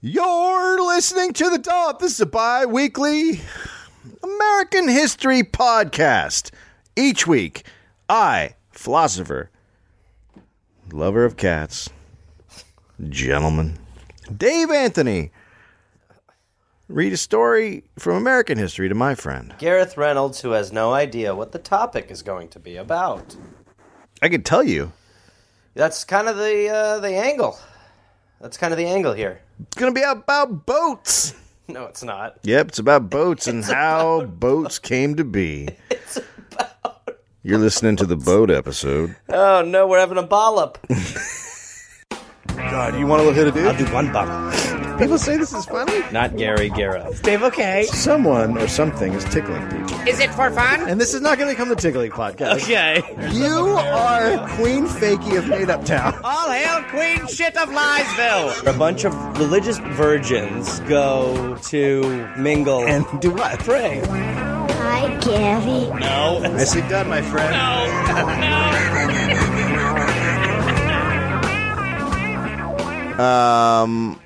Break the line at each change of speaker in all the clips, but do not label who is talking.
You're listening to The Dollop. This is a bi weekly American history podcast. Each week, I, philosopher, lover of cats, gentleman, Dave Anthony, read a story from American history to my friend.
Gareth Reynolds, who has no idea what the topic is going to be about.
I could tell you,
That's kind of the uh, the angle. That's kind of the angle here.
it's going to be about boats.
No, it's not.
Yep, it's about boats and how boats came to be.
It's about.
You're listening to the boat episode.
Oh no, we're having a bollop.
God, you want to look at a dude?
do one bollop.
People say this is funny.
Not Gary Gareth.
Dave, okay.
Someone or something is tickling people.
Is it for fun?
And this is not going to become the Tickling Podcast.
Okay.
You are Queen Fakey of Made Up Town.
All hail Queen Shit of Liesville.
A bunch of
Religious virgins go to mingle.
and do what? Pray.
Hi, Gary.
Nicely done, my friend. Um,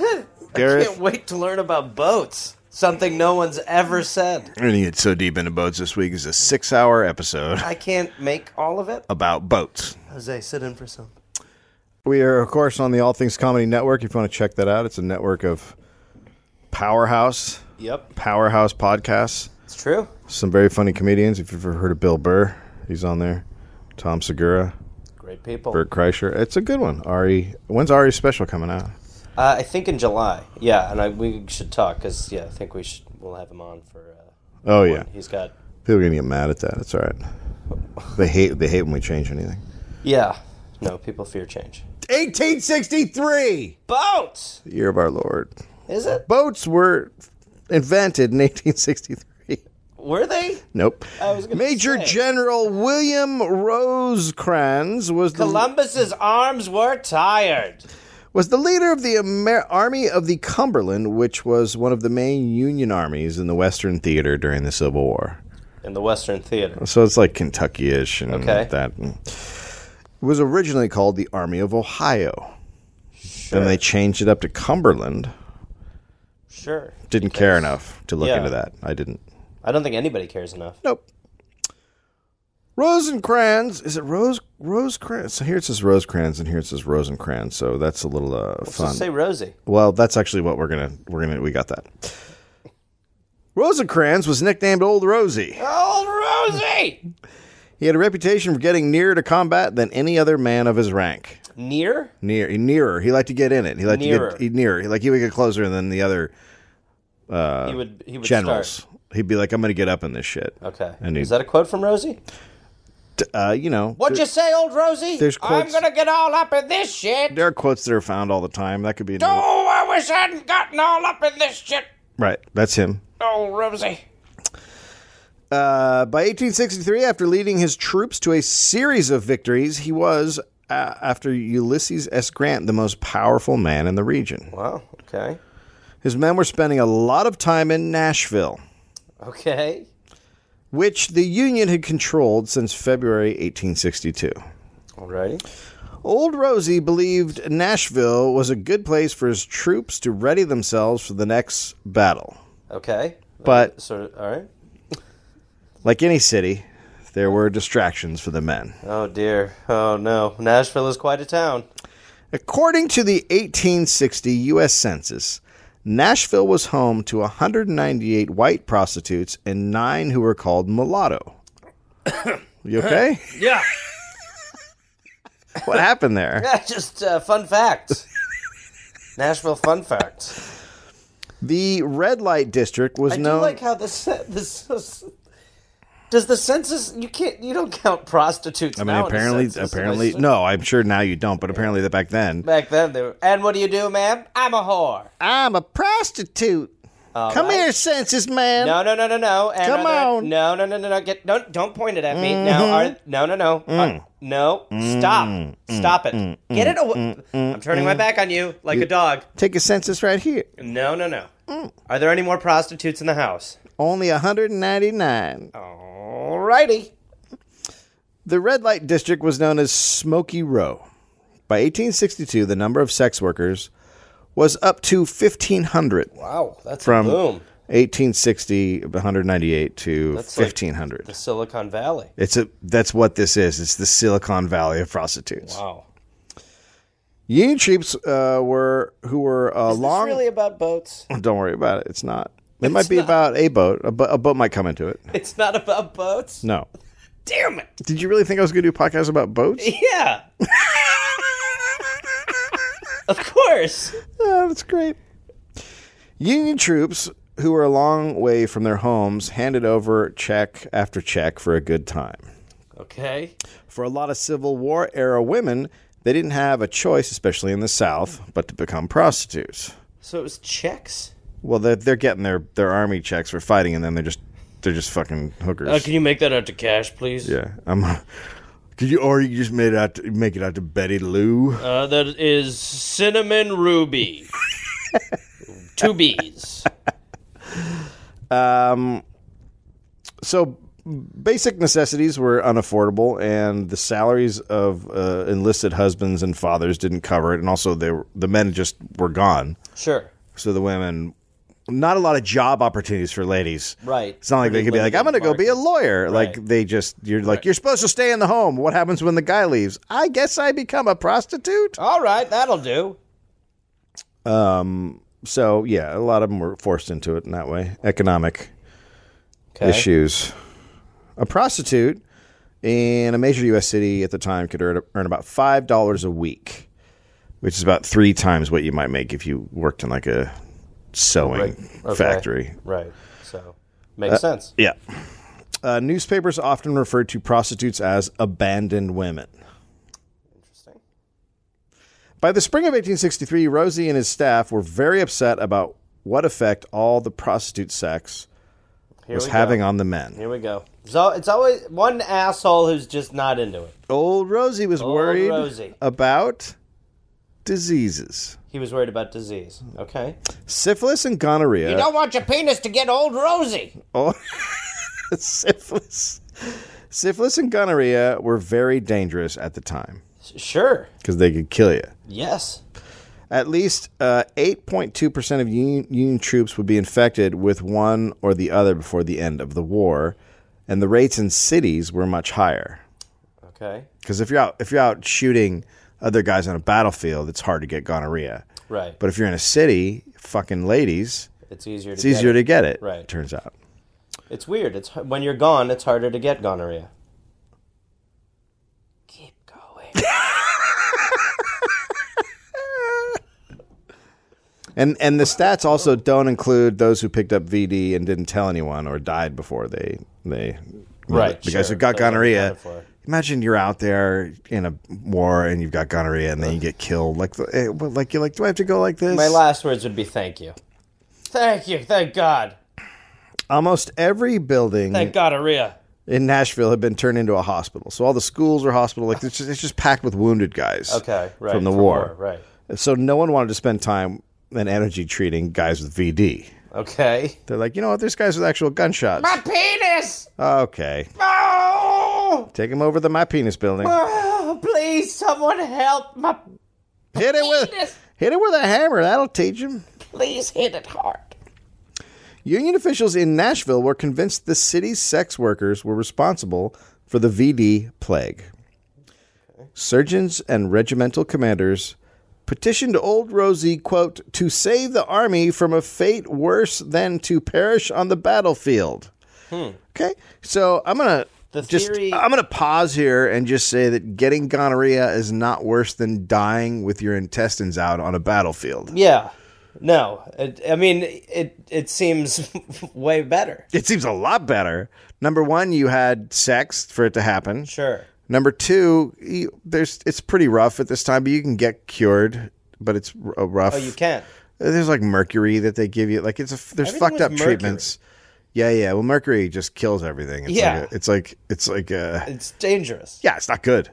Can't
Gareth,
wait to learn about boats. Something no one's ever said.
we're gonna get so deep into boats this week. is a six-hour episode
I can't make all of it.
about boats.
Jose, sit in for some.
We are, of course, on the All Things Comedy Network. If you want to check that out, it's a network of powerhouse,
Yep,
powerhouse podcasts.
it's true.
Some very funny comedians. If you've ever heard of Bill Burr, he's on there. Tom Segura,
Great people.
Bert Kreischer. It's a good one. Ari, when's Ari's special coming out?
Uh, I think in July. Yeah, and I, we should talk because yeah, I think we should. We'll have him on for. Uh,
Oh yeah,
He's got.
people are gonna get mad at that. It's all right. They hate. They hate when we change anything.
Yeah. No, people fear change.
1863,
Boats.
the year of our Lord.
Is it?
Boats were invented in 1863.
Were they?
Nope.
I was gonna
Major
say.
General William Rosecrans was the
Columbus's arms were tired.
was the leader of the Amer- Army of the Cumberland, which was one of the main Union armies in the Western Theater during the Civil War.
In the Western Theater.
So it's like Kentucky-ish and
Okay.
that. Mm. It was originally called the Army of Ohio.
Sure.
Then they changed it up to Cumberland.
sure.
Didn't care enough to look
Yeah.
into that. I didn't.
I don't think anybody cares enough.
Nope. Rosencrantz is it Rose Rosecrans? So here it says Rosecrans, and here it says Rosencrantz. So that's a little uh,
So
fun.
say Rosie.
Well, that's actually what we're gonna we're gonna we got that. Rosencrantz was nicknamed Old Rosie.
Old Rosie.
He had a reputation for getting nearer to combat than any other man of his rank.
Near.
Near, nearer. He liked to get in it. He liked
Nearer.
to get nearer. He, like he would get closer than the other
he would. He would
Uh, generals.
start.
He'd be like, "I'm gonna get up in this shit."
Okay.
And he-
Is that a quote from Rosie?
Uh, you know,
What'd you say, old Rosie?
there's
I'm
quotes-
gonna get all up in this shit.
there are quotes that are found all the time. That could be another-
Oh, I wish I hadn't gotten all up in this shit,
right. That's him.
old Rosie.
Uh, by 1863, after leading his troops to a series of victories, he was, uh, after Ulysses S. Grant, the most powerful man in the region.
Wow. Okay.
His men were spending a lot of time in Nashville,
Okay.
which the Union had controlled since February 1862.
Alrighty.
Old Rosie believed Nashville was a good place for his troops to ready themselves for the next battle.
Okay.
But,
Sort of. All right.
like any city, there were distractions for the men.
Oh dear. Oh no. Nashville is quite a town.
According to the 1860 U.S. Census, Nashville was home to 198 white prostitutes and nine who were called mulatto. You okay?
Yeah.
What happened there?
Yeah, just uh, fun fact. Nashville fun fact.
The red light district was
I do
known.
like how this this does the census. You can't. You don't count prostitutes.
I mean, apparently, apparently, no, I'm sure now you don't, but apparently, that back then,
Back then, they were. And what do you do, ma'am? I'm a whore.
I'm a prostitute. Come
right.
here, census man.
Oh, No, no, no, no, no. And
Come
are there-
on.
No, no, no, no, no. Get don't don't point it at me. Now, are, no, no, no, Uh, no. Stop, stop it. Get it away. I'm turning my back on Mm. you Mm. like a dog.
Take a census right here.
No, no, no. Are there any more prostitutes in the house?
Only 199.
Alrighty.
The red light district was known as Smoky Row. By 1862, the number of sex workers was up to 1500
Wow, that's
from
a boom.
1860 198 to
That's like
1500.
The Silicon Valley.
it's a that's what this is. It's the Silicon Valley of prostitutes.
Wow.
Union troops uh, were who were uh, long.
It's really about boats.
Don't worry about it. It's not. It might be about a boat. A, bo- a boat might come into it.
It's not about boats.
No.
Damn it.
Did you really think I was going to do a podcast about boats?
Yeah. of course.
Yeah, that's great. Union troops who were a long way from their homes handed over check after check for a good time.
Okay.
For a lot of Civil War era women, they didn't have a choice, especially in the South, but to become prostitutes.
So it was checks.
Well, they're, they're getting their, their army checks for fighting, and then they're just they're just fucking hookers.
Uh, can you make that out to cash, please?
Yeah, I'm. Could you or you just made it out to, make it out to Betty Lou?
Uh, that is cinnamon ruby. Two B's.
so basic necessities were unaffordable and the salaries of uh, enlisted husbands and fathers didn't cover it and also they were, the men just were gone
Sure.
so the women not a lot of job opportunities for ladies
Right.
it's not like they
Pretty
could be like i'm gonna
limited
go be a
market.
lawyer like
Right.
they just you're like you're supposed to stay in the home what happens when the guy leaves i guess i become a prostitute
All right, that'll do.
so yeah a lot of them were forced into it in that way economic
Okay.
issues. A prostitute in a major U.S. city at the time could earn, earn about five dollars a week, which is about three times what you might make if you worked in like a sewing
Okay.
factory.
Right. So makes sense.
Yeah. Uh, newspapers often referred to prostitutes as abandoned women.
Interesting.
By the spring of 1863, Rosie and his staff were very upset about what effect all the prostitute sex
Here
was
we
having
go.
on the men.
Here we go. So it's always one asshole who's just not into it.
Old Rosie was worried
Rosie.
about diseases.
He was worried about disease. Okay.
Syphilis and gonorrhea.
You don't want your penis to get old rosy.
syphilis. Syphilis and gonorrhea were very dangerous at the time
Sure.
because they could kill you.
Yes.
At least uh, 8.2% of Union, Union troops would be infected with one or the other before the end of the war, and the rates in cities were much higher.
Okay.
Because if you're out, if you're out shooting other guys on a battlefield, it's hard to get gonorrhea.
Right.
But if you're in a city, fucking ladies,
it's easier. To
it's easier
get
to get it.
Right.
Turns out.
it. It's weird. It's when you're gone, it's harder to get gonorrhea. Keep going.
And and the stats also don't include those who picked up VD and didn't tell anyone or died before they they
Right,
the guys
sure.
who got
Those aren't
gonorrhea.
accounted for.
Imagine you're out there in a war and you've got gonorrhea and then you get killed. Like the- eh, well, like you're like, do I have to go like this?
My last words would be thank you. Thank you. Thank God.
Almost every building
Thank gonorrhea.
in Nashville had been turned into a hospital. So all the schools are hospital. Like it's just, it's just packed with wounded guys.
Okay. Right.
From the war.
Right.
So no one wanted to spend time and energy treating guys with VD.
Okay.
They're like, you know what? There's guys with actual gunshots.
My penis.
Okay.
Oh,
Take him over to my penis building.
oh, please, someone help my
Hit it with
penis.
hit it with a hammer. That'll teach him.
Please hit it hard.
Union officials in Nashville were convinced the city's sex workers were responsible for the VD plague. Surgeons and regimental commanders petitioned Old Rosie, quote, to save the army from a fate worse than to perish on the battlefield. Okay, so I'm gonna
Hmm. The
just
theory-
I'm gonna pause here and just say that getting gonorrhea is not worse than dying with your intestines out on a battlefield.
Yeah. No. It, I mean, it it seems way better.
It seems a lot better. Number one, you had sex for it to happen.
Sure.
Number two, you, there's it's pretty rough at this time, but you can get cured. But it's r- a rough.
Oh, you can.
There's like mercury that they give you. Like it's a f- there's
Everything
fucked
was
up
mercury.
treatments. Yeah, yeah. Well, mercury just kills everything. It's
Yeah.
like a, it's like it's like a,
It's dangerous.
yeah, it's not good.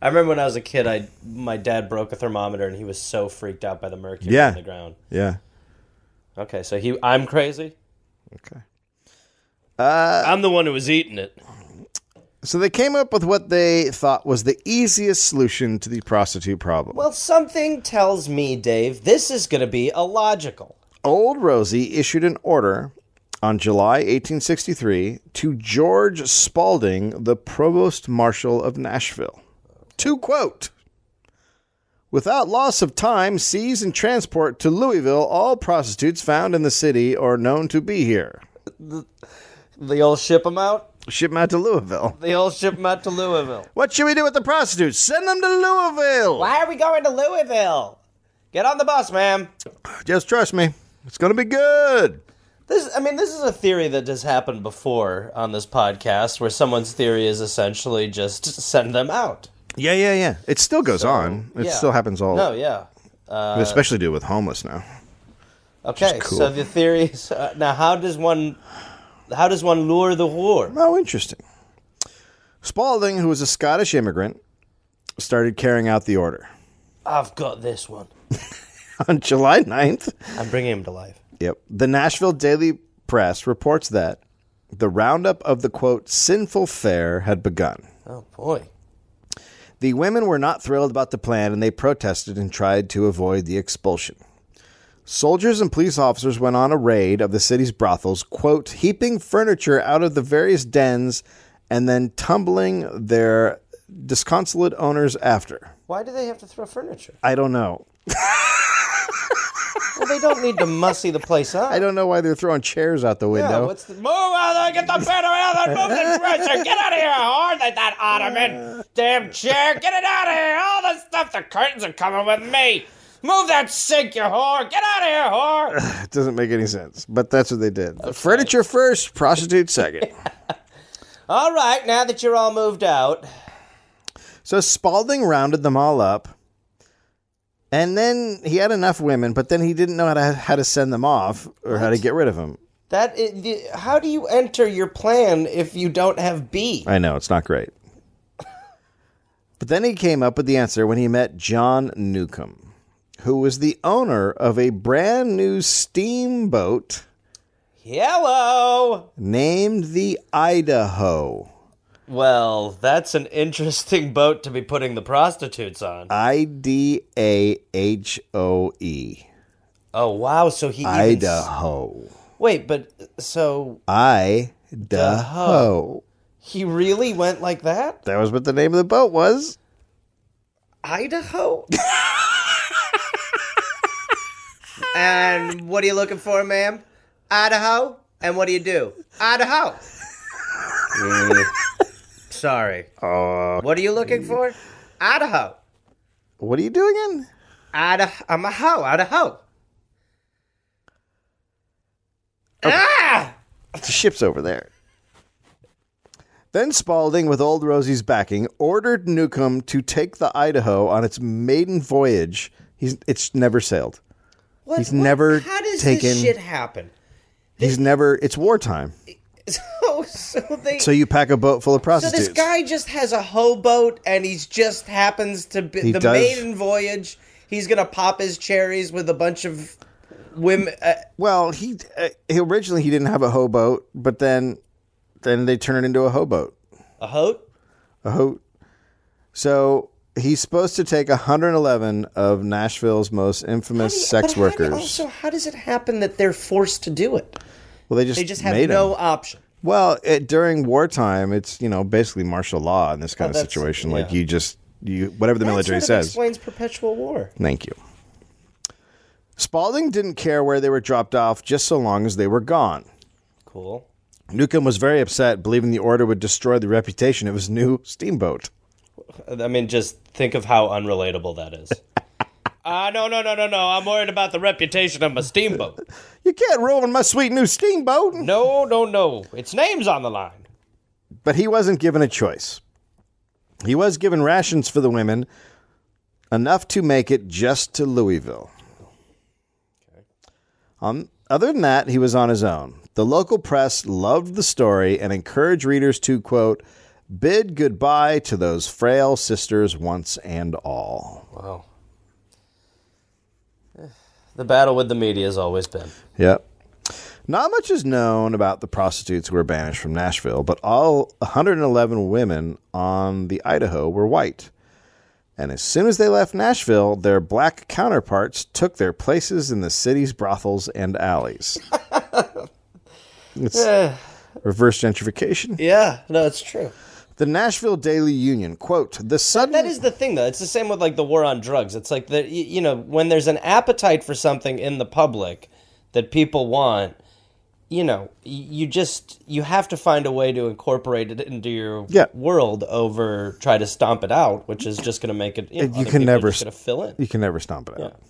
I remember when I was a kid, I my dad broke a thermometer and he was so freaked out by the mercury
Yeah.
on the ground.
Yeah.
Okay, so he I'm crazy.
Okay. Uh,
I'm the one who was eating it.
So they came up with what they thought was the easiest solution to the prostitute problem.
Well, something tells me, Dave, this is going to be illogical.
Old Rosie issued an order on July 1863 to George Spaulding, the provost marshal of Nashville, to quote, Without loss of time, seize and transport to Louisville all prostitutes found in the city or known to be here.
The old ship them out.
Ship 'em out to Louisville.
The old ship them out to Louisville.
What should we do with the prostitutes? Send them to Louisville.
Why are we going to Louisville? Get on the bus, ma'am.
Just trust me. It's going to be good.
This, I mean, this is a theory that has happened before on this podcast, where someone's theory is essentially just send them out.
Yeah, yeah, yeah. It still goes on. It
yeah.
still happens all.
No, Oh, yeah.
We especially do with homeless now.
Okay,
cool.
so the theory is uh, now how does one, how does one lure the whore?
Oh, interesting. Spaulding, who was a Scottish immigrant, started carrying out the order
I've got this one.
on July 9th.
I'm bringing him to life.
Yep. The Nashville Daily Press reports that the roundup of the quote sinful fare had begun.
Oh boy.
The women were not thrilled about the plan and they protested and tried to avoid the expulsion. Soldiers and police officers went on a raid of the city's brothels, quote, heaping furniture out of the various dens and then tumbling their disconsolate owners after.
Why do they have to throw furniture?
I don't know.
Well, they don't need to mussy the place up.
I don't know why they're throwing chairs out the
Yeah,
window.
what's the, move out of there! Get the bed out of there! Move the dresser! Get out of here, whore! That, that ottoman! Damn chair! Get it out of here! All this stuff! The curtains are coming with me! Move that sink, you whore! Get out of here, whore!
it doesn't make any sense, but that's what they did. Furniture first, prostitute second.
all right, now that you're all moved out,
So Spalding rounded them all up, and then he had enough women, but then he didn't know how to how to send them off or how to get rid of them.
that i the, how do you enter your plan if you don't have B?
I know it's not great. but then he came up with the answer when he met John Newcomb, who was the owner of a brand new steamboat
Hello.
named the Idaho.
Well, that's an interesting boat to be putting the prostitutes on.
I D A H O E.
Oh wow! So he even s-
Idaho.
wait, but so
Idaho.
He really went like that?
That was what the name of the boat was.
Idaho? and what are you looking for, ma'am? Idaho? And what do you do? Idaho. Sorry. what are you looking for? Idaho.
Uh, What do you do again?
Idaho. I'm a hoe. Idaho.
Oh.
Ah!
The ship's over there. Then Spaulding, with old Rosie's backing, ordered Newcomb to take the Idaho on its maiden voyage. He's it's never sailed.
What,
He's never
How does
taken-
this shit happen?
He's never. It's wartime,
So, so they.
so you pack a boat full of
So
prostitutes.
this guy just has a hoe boat, and he's just happens to be
He
the
does.
maiden voyage. He's gonna pop his cherries with a bunch of women. Uh,
well, he uh, he- originally he didn't have a hoe boat, but then then they turn it into a hoe boat.
a hoe?
A hoe. So he's supposed to take 111 of Nashville's most infamous sex workers.
Also, how does it happen that they're forced to do it?
well, they just
They just have
made 'em.
no option.
Well, it, during wartime, it's you know basically martial law in this kind of
Oh, that's-
situation. Like
yeah.
you just you whatever the military
that sort of
says.
explains perpetual war.
Thank you. Spaulding didn't care where they were dropped off, just so long as they were gone.
Cool.
Newcomb was very upset, believing the order would destroy the reputation of his new steamboat.
I mean, just think of how unrelatable that is. Ah, no, no, no, no, no. I'm worried about the reputation of my steamboat.
You can't ruin my sweet new steamboat.
No, no, no. Its name's on the line.
But he wasn't given a choice. He was given rations for the women, enough to make it just to Louisville. Um, other than that, he was on his own. The local press loved the story and encouraged readers to, quote, bid goodbye to those frail sisters once and all.
Wow. The battle with the media has always been.
Yep. Not much is known about the prostitutes who were banished from Nashville, but all 111 women on the Idaho were white. And as soon as they left Nashville, their black counterparts took their places in the city's brothels and alleys.
Eh.
it's reverse gentrification.
Yeah, no, it's true.
The Nashville Daily Union, quote, the sudden
That is the thing, though. It's the same with like the war on drugs. It's like the y- you know when there's an appetite for something in the public that people want, you know, y- you just you have to find a way to incorporate it into your
Yeah.
world over try to stomp it out, which is just going to make it. You, know,
And you
other
can
people are
never
just gonna fill in.
You can never stomp it out.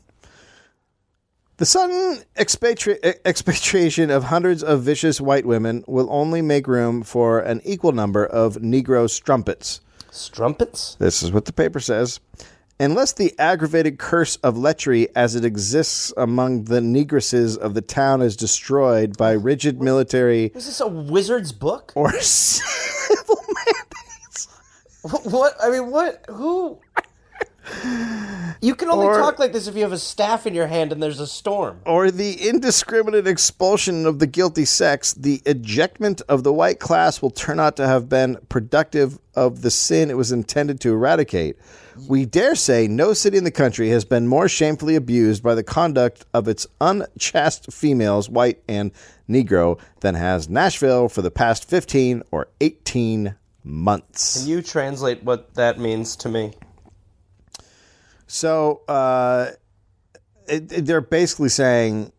The sudden expatri- e-, expatriation of hundreds of vicious white women will only make room for an equal number of Negro strumpets.
Strumpets.
This is what the paper says. Unless the aggravated curse of lechery as it exists among the negresses of the town is destroyed by rigid military
Is this a wizard's book?
or civil mandates.
What, what? I mean, what? Who? You can only
Or-
talk like this if you have a staff in your hand and there's a storm.
or the indiscriminate expulsion of the guilty sex, the ejectment of the white class will turn out to have been productive of the sin it was intended to eradicate. We dare say no city in the country has been more shamefully abused by the conduct of its unchaste females, white and Negro, than has Nashville for the past 15 or 18 months.
You translate what that means to me.
so, uh, it, it- they're basically saying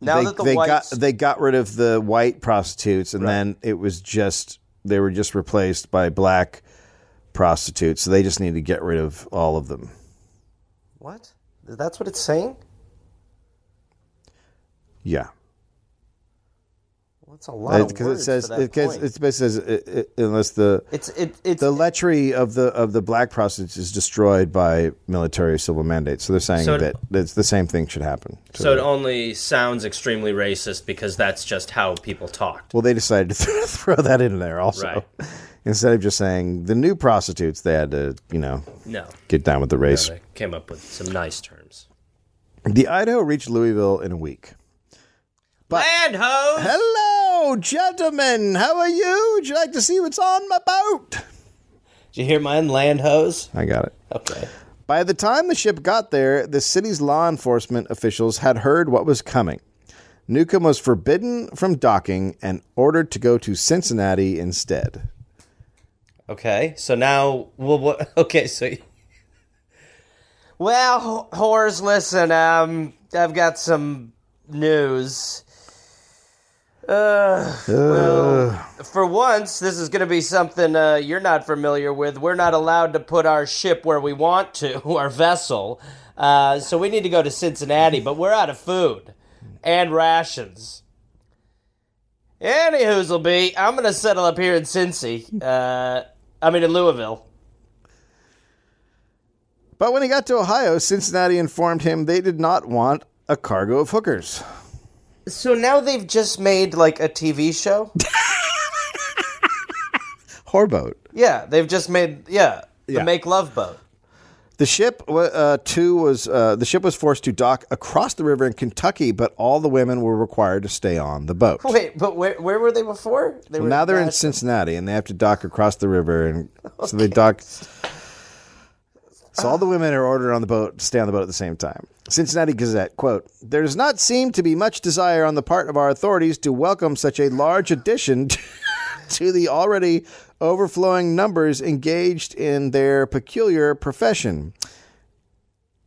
Now
they,
that the
they
whites,
got they got rid of the white prostitutes and then it was just they were just replaced by black prostitutes so they just need to get rid of all of them
what? That's what it's saying.
yeah
Well, that's a lot of
because it
words
says
for that
it, 'cause
point.
it basically says it, it, unless the
it's it, it's
the lechery of the of the black prostitutes is destroyed by military civil mandates so they're saying
So it-
that that's the same thing should happen to
so it
them.
only sounds extremely racist because that's just how people talked.
well they decided to throw that in there also
Right.
instead of just saying the new prostitutes they had to you know
No,
get down with the race
they came up with some nice terms.
The Idaho reached Louisville in a week.
Land hoes.
Hello, gentlemen. How are you? Would you like to see what's on my boat?
Did you hear mine? Land hoes.
I got it.
Okay.
By the time the ship got there, the city's law enforcement officials had heard what was coming. Newcomb was forbidden from docking and ordered to go to Cincinnati instead.
Okay. So now, well, what? Okay. So. Well, whores, listen. Um, I've got some news. Uh, for once, this is going to be something uh, you're not familiar with. We're not allowed to put our ship where we want to, our vessel. Uh, so we need to go to Cincinnati, but we're out of food and rations. Any whoozle be, I'm going to settle up here in Cincy. Uh, I mean, in Louisville.
But when he got to Ohio, Cincinnati informed him they did not want a cargo of hookers.
So now they've just made like a TV show?
Horboat.
yeah, they've just made, yeah,
Yeah.
the Make Love Boat.
The ship wa- uh, too was uh, the ship was forced to dock across the river in Kentucky, but all the women were required to stay on the boat.
Oh, Wait, but where, where were they before? They were
now they're in
Nash-
Cincinnati, and they have to dock across the river, and so they dock. So all the women are ordered on the boat to stay on the boat at the same time. Cincinnati Gazette quote: "There does not seem to be much desire on the part of our authorities to welcome such a large addition." to the already overflowing numbers engaged in their peculiar profession.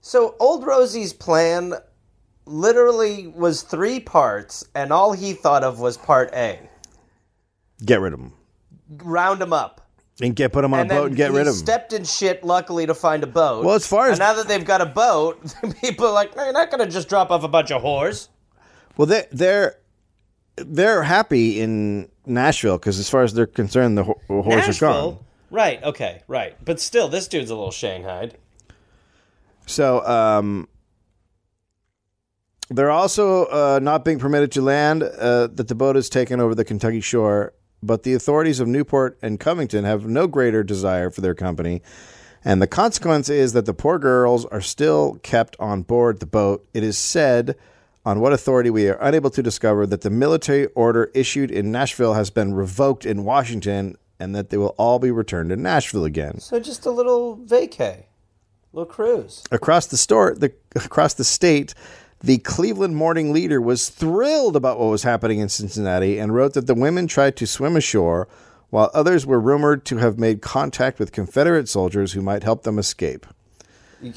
So old Rosie's plan literally was three parts, and all he thought of was part A.
Get rid of them.
Round them up.
and get put them on
And
a
then
boat and get
he
rid of them.
stepped in shit, luckily, to find a boat.
Well, as far as-
And now that they've got a boat, people are like, no, you're not going to just drop off a bunch of whores.
well, they, they're they're happy in Nashville because as far as they're concerned, the ho- horse are gone.
Nashville? Right, okay, right. But still, this dude's a little shanghaied.
So um, they're also uh, not being permitted to land. Uh, that the boat has taken over the Kentucky shore, but the authorities of Newport and Covington have no greater desire for their company. And the consequence is that the poor girls are still kept on board the boat. It is said On what authority we are unable to discover that the military order issued in Nashville has been revoked in Washington and that they will all be returned to Nashville again.
So just a little vacay, little cruise.
Across the store, the across the state, the Cleveland Morning Leader was thrilled about what was happening in Cincinnati and wrote that the women tried to swim ashore, while others were rumored to have made contact with Confederate soldiers who might help them escape.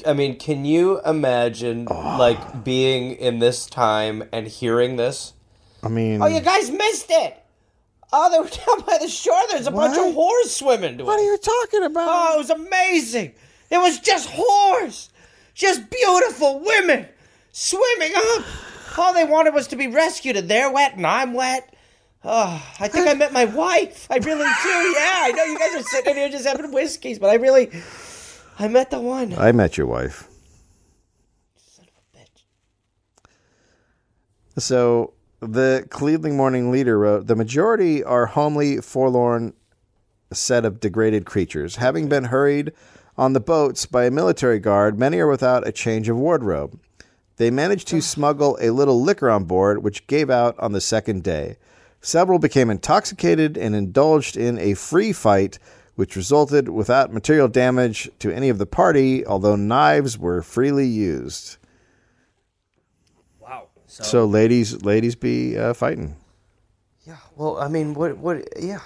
I mean, can you imagine
Ah.
like being in this time and hearing this?
I mean,
Oh, you guys missed it. Oh, they were down by the shore. There's a bunch of whores swimming to
what are
it.
you talking about?
Oh, it was amazing. It was just whores, just beautiful women swimming up. All they wanted was to be rescued, and they're wet and I'm wet. Oh, I think I met my wife. I really do. Yeah, I know you guys are sitting in here just having whiskeys, but I really, I met the one.
I met your wife.
bitch.
So the Cleveland Morning Leader wrote The majority are homely, forlorn set of degraded creatures. Having been hurried on the boats by a military guard, many are without a change of wardrobe. They managed to smuggle a little liquor on board, which gave out on the second day. Several became intoxicated and indulged in a free fight, which resulted without material damage to any of the party, although knives were freely used.
Wow.
So, ladies, ladies be uh, fighting.
Yeah, well, I mean, what, what, yeah.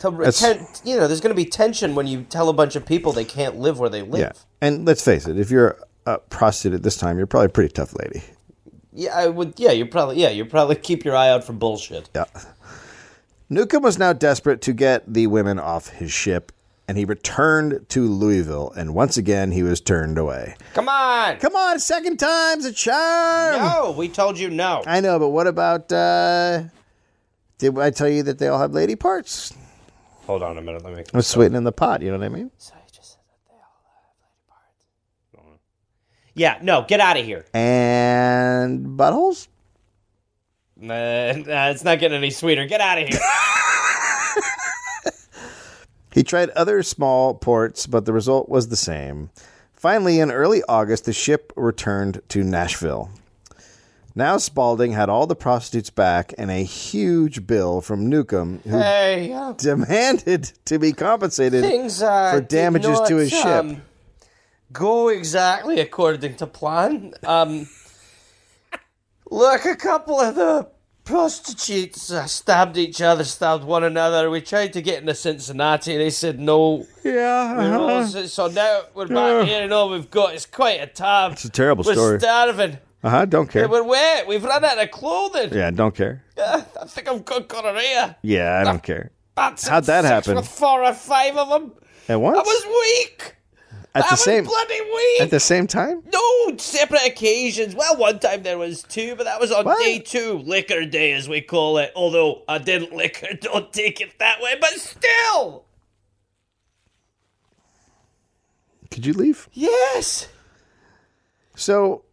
To-
That's-
ten- you know, there's going to be tension when you tell a bunch of people they can't live where they
Yeah.
live.
And let's face it, if you're a prostitute at this time, you're probably a pretty tough lady.
Yeah, I would. Yeah, you probably. Yeah, you probably keep your eye out for bullshit.
Yeah. Newcomb was now desperate to get the women off his ship, and he returned to Louisville, and once again he was turned away.
Come on.
Come on, second time's a charm.
No, we told you no.
I know, but what about uh did I tell you that they all have lady parts?
Hold on a minute. Let me.
I'm sweetening the pot, you know what I mean?
Sorry, just said that they all have lady parts. Yeah, no, get out of here.
And buttholes?
Uh, uh, it's not getting any sweeter. Get out of here.
He tried other small ports, but the result was the same. Finally, in early August, the ship returned to Nashville. Now Spaulding had all the prostitutes back and a huge bill from Newcomb, who
hey, uh,
demanded to be compensated
things uh,
for
did
damages
not,
to his ship.
um, Go exactly according to plan. Um, look, a couple of the prostitutes uh, stabbed each other, stabbed one another. We tried to get into Cincinnati, and they said no.
Yeah,
So, so now we're back here, and all we've got is quite a tab. It's
a terrible
we're
story.
starving.
uh huh. Don't care.
We're wet. We've run out of clothing.
Yeah, don't care.
I think I've got gonorrhea.
Yeah, I don't care.
That's
How'd that
sex
happen?
With four or five of them.
At once,
I was weak.
at
I
the
was
same
bloody weak.
at the same time.
No separate occasions. Well, one time there was two, but that was on
What?
day two, liquor day as we call it. Although I didn't liquor, don't take it that way, but still,
Could you leave?
yes.
So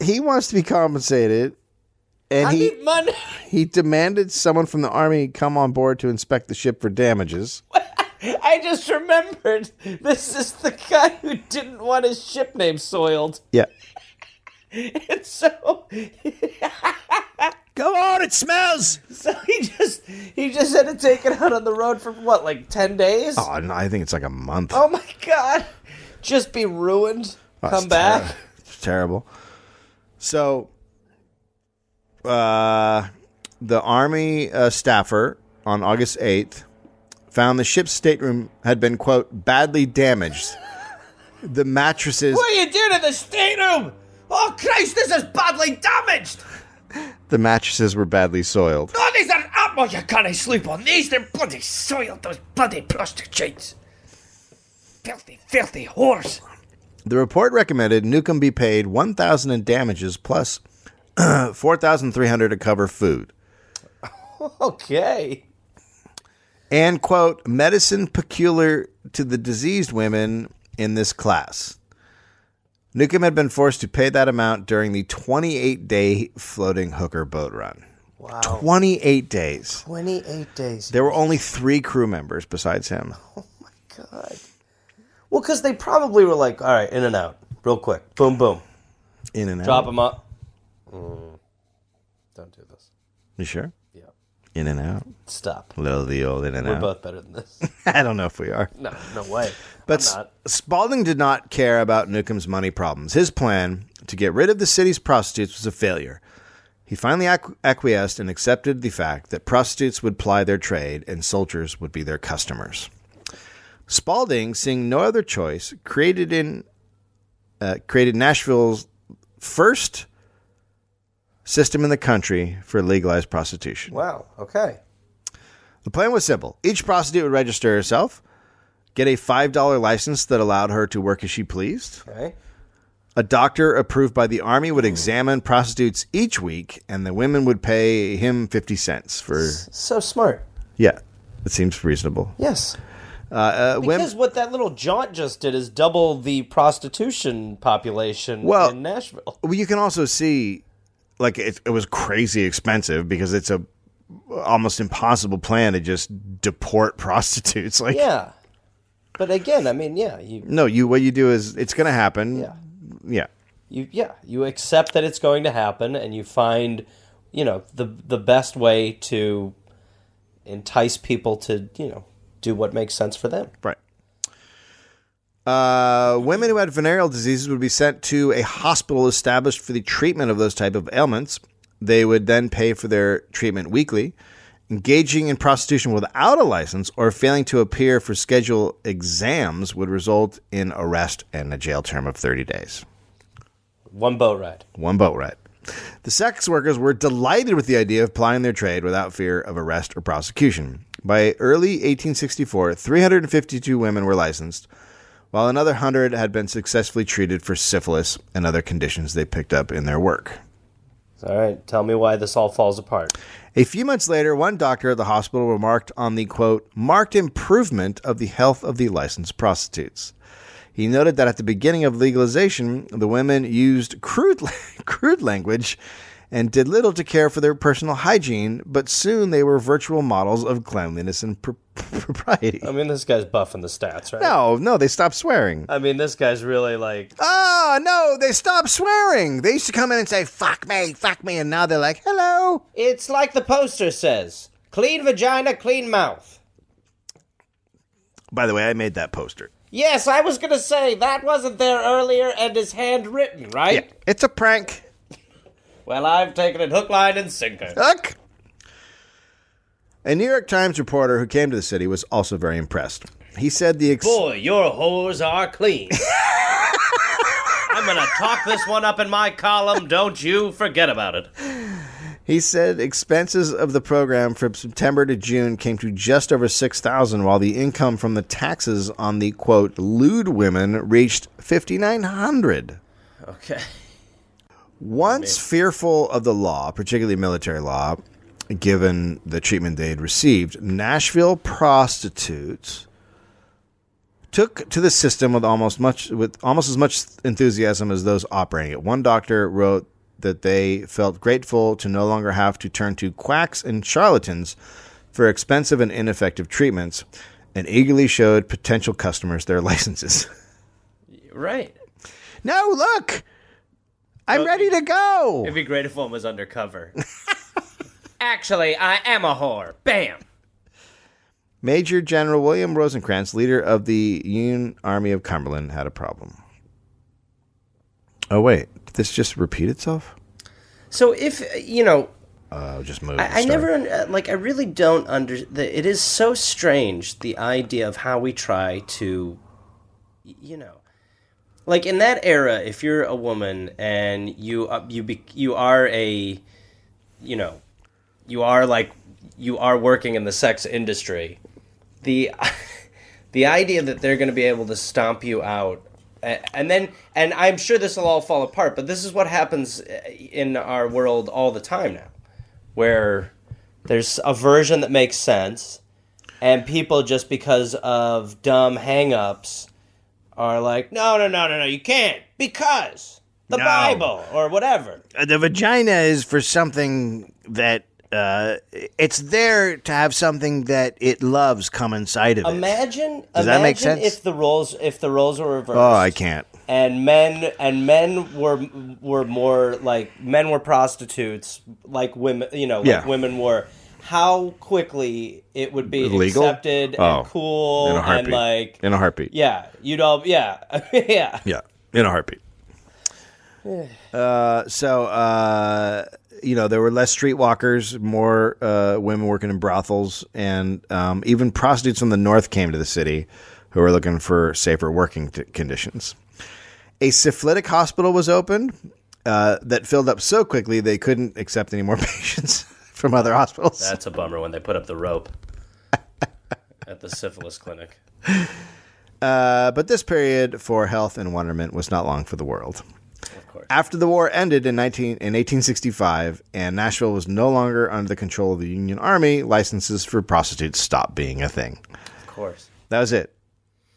he wants to be compensated, and
I
he
need money.
He demanded someone from the army come on board to inspect the ship for damages.
I just remembered this is the guy who didn't want his ship name soiled,
Yeah.
and so
Come on, it smells.
so he just he just had to take it out on the road for what, like ten days?
Oh, no, I think it's like a month.
Oh my god! Just be ruined.
That's
Come back.
ter- it's terrible. So, uh, the army uh, staffer on August eighth found the ship's stateroom had been quote badly damaged. The mattresses,
What are you doing in the stateroom? Oh Christ, this is badly damaged.
the mattresses were badly soiled.
Oh, these are up. Oh, you can't sleep on these. They're bloody soiled. Those bloody prostitutes. Filthy, filthy whores.
The report recommended Newcomb be paid 1000 in damages plus 4300 to cover food.
Okay.
And quote, medicine peculiar to the diseased women in this class. Newcomb had been forced to pay that amount during the 28-day floating hooker boat run. Wow. 28 days.
Twenty-eight days.
There were only 3 crew members besides him.
God. Well, because they probably were like, all right, in and out, real quick, boom, boom,
In and out.
drop them up. Mm. Don't do this.
You sure?
Yeah.
In and out.
Stop.
Little the old in and
We're
out.
both better than this.
I don't know if we are.
No, no way.
But
I'm not.
Spalding did not care about Newcomb's money problems. His plan to get rid of the city's prostitutes was a failure. He finally acqu- acquiesced and accepted the fact that prostitutes would ply their trade and soldiers would be their customers. Spalding, seeing no other choice, created in uh, created Nashville's first system in the country for legalized prostitution.
Wow. Okay.
The plan was simple. Each prostitute would register herself, get a $5 license that allowed her to work as she pleased.
Okay.
A doctor approved by the army would examine prostitutes each week, and the women would pay him 50 cents for.
So smart.
Yeah, it seems reasonable.
Yes.
Uh, women-
Because what that little jaunt just did is double the prostitution population
Well-
in Nashville.
Well, you can also see, like, it, it was crazy expensive because it's a almost impossible plan to just deport prostitutes. Like,
Yeah. But again, I mean, yeah, you,
no, you what you do is it's going to happen.
Yeah.
yeah.
you, yeah, you accept that it's going to happen, and you find, you know, the the best way to entice people to, you know, do what makes sense for them.
Right. Uh, women who had venereal diseases would be sent to a hospital established for the treatment of those type of ailments. They would then pay for their treatment weekly. Engaging in prostitution without a license or failing to appear for scheduled exams would result in arrest and a jail term of 30 days.
One boat ride.
One boat ride. The sex workers were delighted with the idea of plying their trade without fear of arrest or prosecution. By early 1864, 352 women were licensed, while another 100 had been successfully treated for syphilis and other conditions they picked up in their work.
All right, tell me why this all falls apart.
A few months later, one doctor at the hospital remarked on the quote, marked improvement of the health of the licensed prostitutes. He noted that at the beginning of legalization, the women used crude, crude language and did little to care for their personal hygiene, but soon they were virtual models of cleanliness and pro- propriety.
I mean, this guy's buffing the stats, right?
No, no, they stopped swearing.
I mean, this guy's really like,
Oh, no, they stopped swearing. They used to come in and say, fuck me, fuck me, and now they're like, hello.
It's like the poster says clean vagina, clean mouth.
By the way, I made that poster.
Yes, I was going to say that wasn't there earlier and is handwritten, right?
It's a prank.
Well, I've taken it hook, line, and sinker.
Look. A New York Times reporter who came to the city was also very impressed. He said the ex-
Boy, your whores are clean. I'm going to talk this one up in my column. Don't you forget about it.
he said expenses of the program from September to June came to just over 6,000 while the income from the taxes on the quote lewd women reached 5900.
Okay.
Once fearful of the law, particularly military law, given the treatment they had received, Nashville prostitutes took to the system with almost much with almost as much enthusiasm as those operating it. One doctor wrote that they felt grateful to no longer have to turn to quacks and charlatans for expensive and ineffective treatments and eagerly showed potential customers their licenses.
Right.
no, look. I'm ready to go.
It'd be great if one was undercover.
Actually, I am a whore. Bam.
Major General William Rosencrantz, leader of the Union Army of Cumberland, had a problem. Oh wait, did this just repeat itself?
So if, uh, you know,
Oh, just move.
I, I never un- uh, like. I really don't under. The, it is so strange the idea of how we try to, y- you know, like in that era, if you're a woman and you uh, you be, you are a, you know, you are like you are working in the sex industry, the. The idea that they're going to be able to stomp you out, a- and then, and I'm sure this will all fall apart, but this is what happens uh, in our world all the time now where there's a version that makes sense and people just because of dumb hang-ups are like no no no no no you can't because the
No.
bible or whatever
The vagina is for something that uh, it's there to have something that it loves come inside of it.
imagine
Does
imagine
that make sense?
if the roles if the roles were reversed
oh, I can't.
and men and men were were more like men were prostitutes, like women, you know, like
Yeah.
women were. How quickly it would be
Illegal?
accepted
Oh.
and cool
In a
and
heartbeat.
like
in a heartbeat.
yeah, you'd all yeah yeah.
Yeah, in a heartbeat. uh, so uh, you know there were less streetwalkers, more uh, women working in brothels, and um, even prostitutes from the north came to the city, who were looking for safer working t- conditions. A syphilitic hospital was opened uh, that filled up so quickly they couldn't accept any more patients from other hospitals.
That's a bummer when they put up the rope at the syphilis clinic.
Uh, but this period for health and wonderment was not long for the world.
course.
After the war ended in, 19, in 1865 and Nashville was no longer under the control of the Union Army, licenses for prostitutes stopped being a thing.
Of course.
That was it.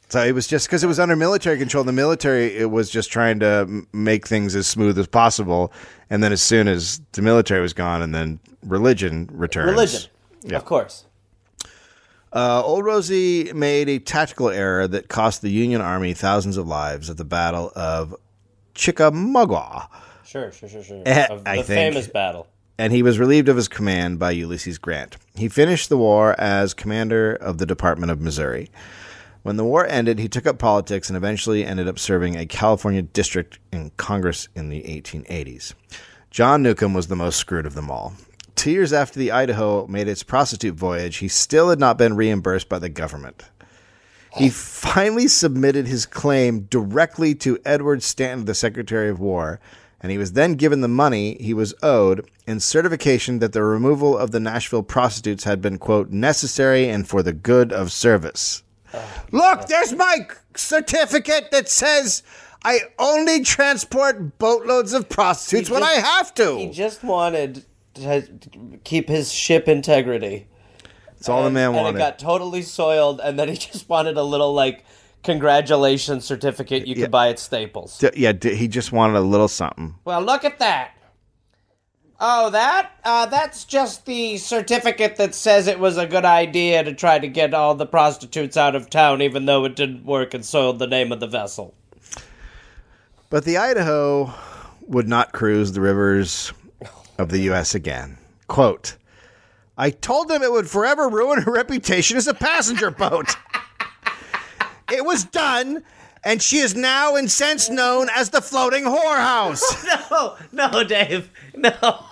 So it was just because it was under military control. The military it was just trying to m- make things as smooth as possible. And then as soon as the military was gone, and then religion returned.
Religion, of course.
Uh, Old Rosie made a tactical error that cost the Union Army thousands of lives at the Battle of Chickamauga,
Sure, sure, sure, sure.
Eh,
Of
I
the
think-
famous battle.
and he was relieved of his command by Ulysses Grant. He finished the war as commander of the Department of Missouri. When the war ended, he took up politics and eventually ended up serving a California district in Congress in the 1880s. John Newcomb was the most screwed of them all. Two years after the Idaho made its prostitute voyage, he still had not been reimbursed by the government. He finally submitted his claim directly to Edward Stanton, the Secretary of War, and he was then given the money he was owed and certification that the removal of the Nashville prostitutes had been, quote, necessary and for the good of service. Look, there's my certificate that says I only transport boatloads of prostitutes
He just-
have to.
He just wanted to keep his ship integrity.
it's all the man
and
wanted.
it got totally soiled, and then he just wanted a little like congratulations certificate you could
Yeah.
buy at Staples.
D- yeah, d- he just wanted a little something.
well, look at that. Oh, that uh, that's just the certificate that says it was a good idea to try to get all the prostitutes out of town, even though it didn't work and soiled the name of the vessel.
But the Idaho would not cruise the rivers of the U.S. again. Quote, I told them it would forever ruin her reputation as a passenger boat. it was done, and she is now in sense known as the floating whorehouse.
No, no, Dave, no.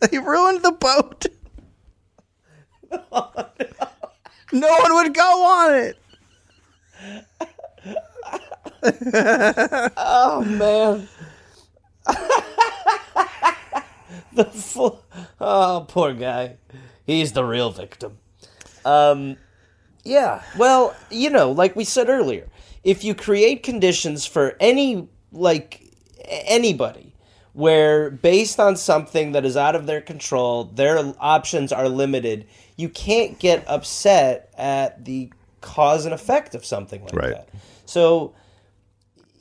They ruined the boat. no. one would go on it.
man. the fl- oh, poor guy. He's the real victim. Um, yeah. Well, you know, like we said earlier, if you create conditions for any, like a- anybody, where based on something that is out of their control, their options are limited, you can't get upset at the cause and effect of something like
Right.
that. So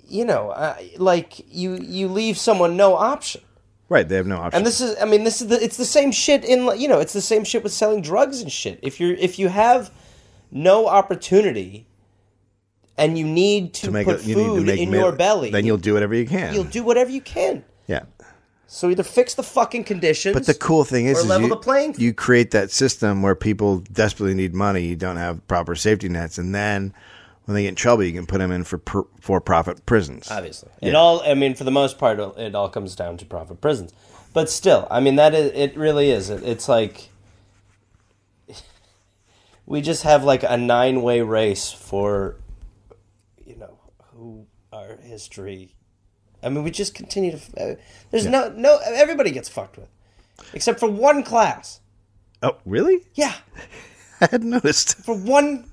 you know, uh, like you you leave someone no option.
Right, they have no option.
And this is, I mean, this is the, it's the same shit in like, you know, it's the same shit with selling drugs and shit. If you're if you have no opportunity and you need to, put
you need to
food
make
in
mil-
your belly,
Then you'll do whatever you can.
you'll do whatever you can.
yeah.
So either fix the fucking conditions.
But the cool thing is,
or
is
level
you,
the playing field.
you create that system where people desperately need money, you don't have proper safety nets, and then when they get in trouble, you can put them in for per, for-profit prisons.
obviously. It all, I mean, for the most part, it all comes down to profit prisons. But still, I mean, that is, it really is. It, it's like we just have like a nine way race for, you know, who our history. I mean, we just continue to. Uh, there's no, no, everybody gets fucked with, except for one class.
Oh, really?
Yeah,
I hadn't noticed.
for one.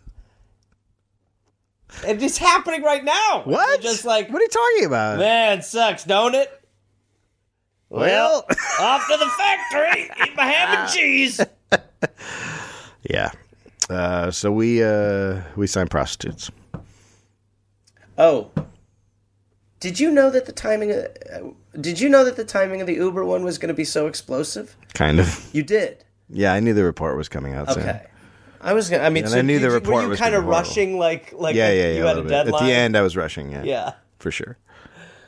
And it's happening right now.
What?
They're just like,
what are you talking about?
man, it sucks, don't it?
well,
off to the factory. Eat my ham and cheese.
yeah. Uh, so we uh, we sign prostitutes.
Oh, did you know that the timing? Of, uh, did you know that the timing of the Uber one was going to be so explosive?
Kind of.
You did.
Yeah, I knew the report was coming out soon.
Okay. I was gonna. I mean,
And
so
I knew
did
the
you-
report
Were you
was
kind
gonna
of
be horrible.
rushing, like, like
Yeah,
you-
yeah, yeah.
you
a
had a
little bit.
deadline
At the end, I was rushing. Yeah.
Yeah.
for sure.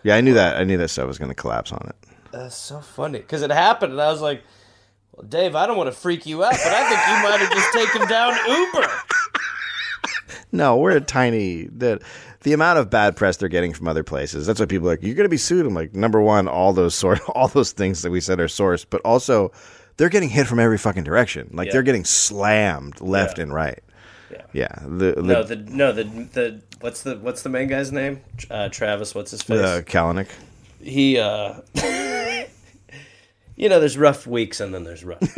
Yeah, I knew that. I knew that stuff was going to collapse on it.
That's so funny because it happened, and I was like, "Well, Dave, I don't want to freak you out, but I think you might have just taken down Uber."
No, we're a tiny the the amount of bad press they're getting from other places. That's what people are like. You're going to be sued. I'm like, number one, all those sort, all those things that we said are sourced, but also they're getting hit from every fucking direction. Like
Yeah.
they're getting slammed left and right.
Yeah.
Yeah. The, uh, the,
No, the no the the what's the what's the main guy's name? Uh, Travis. What's his face?
uh, Kalanick.
he. uh You know, there's rough weeks and then there's rough. Is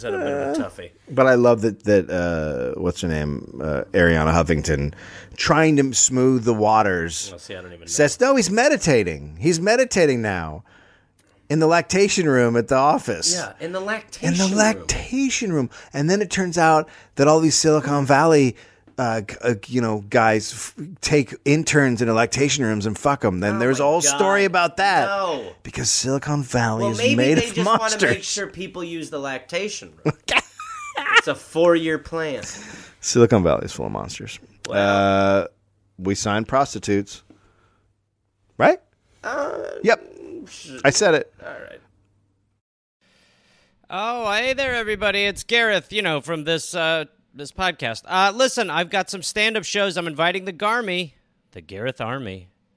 that a bit of a toughie?
But I love that that uh, what's her name, uh, Ariana Huffington, trying to smooth the waters.
Let's see, I don't even know.
says, "No, he's meditating. He's meditating now, in the lactation room at the office.
yeah, in the lactation.
in the
room.
lactation room. And then it turns out that all these Silicon Valley, uh, g- uh, you know, guys f- take interns into lactation rooms and fuck them. Then there's a
Oh my
whole
God.
story about that
No.
because Silicon Valley
Oh, Well,
is
maybe
made
they
of
just want to make
monsters.
sure people use the lactation room. it's a four-year plan.
Silicon Valley is full of monsters.
Wow.
Uh, we signed prostitutes, right?
Uh,
yep, I said it.
All right.
Oh, hey there, everybody. It's Gareth, you know, from this uh, this podcast. Uh, listen, I've got some stand up shows I'm inviting the Garmy, the Gareth Army,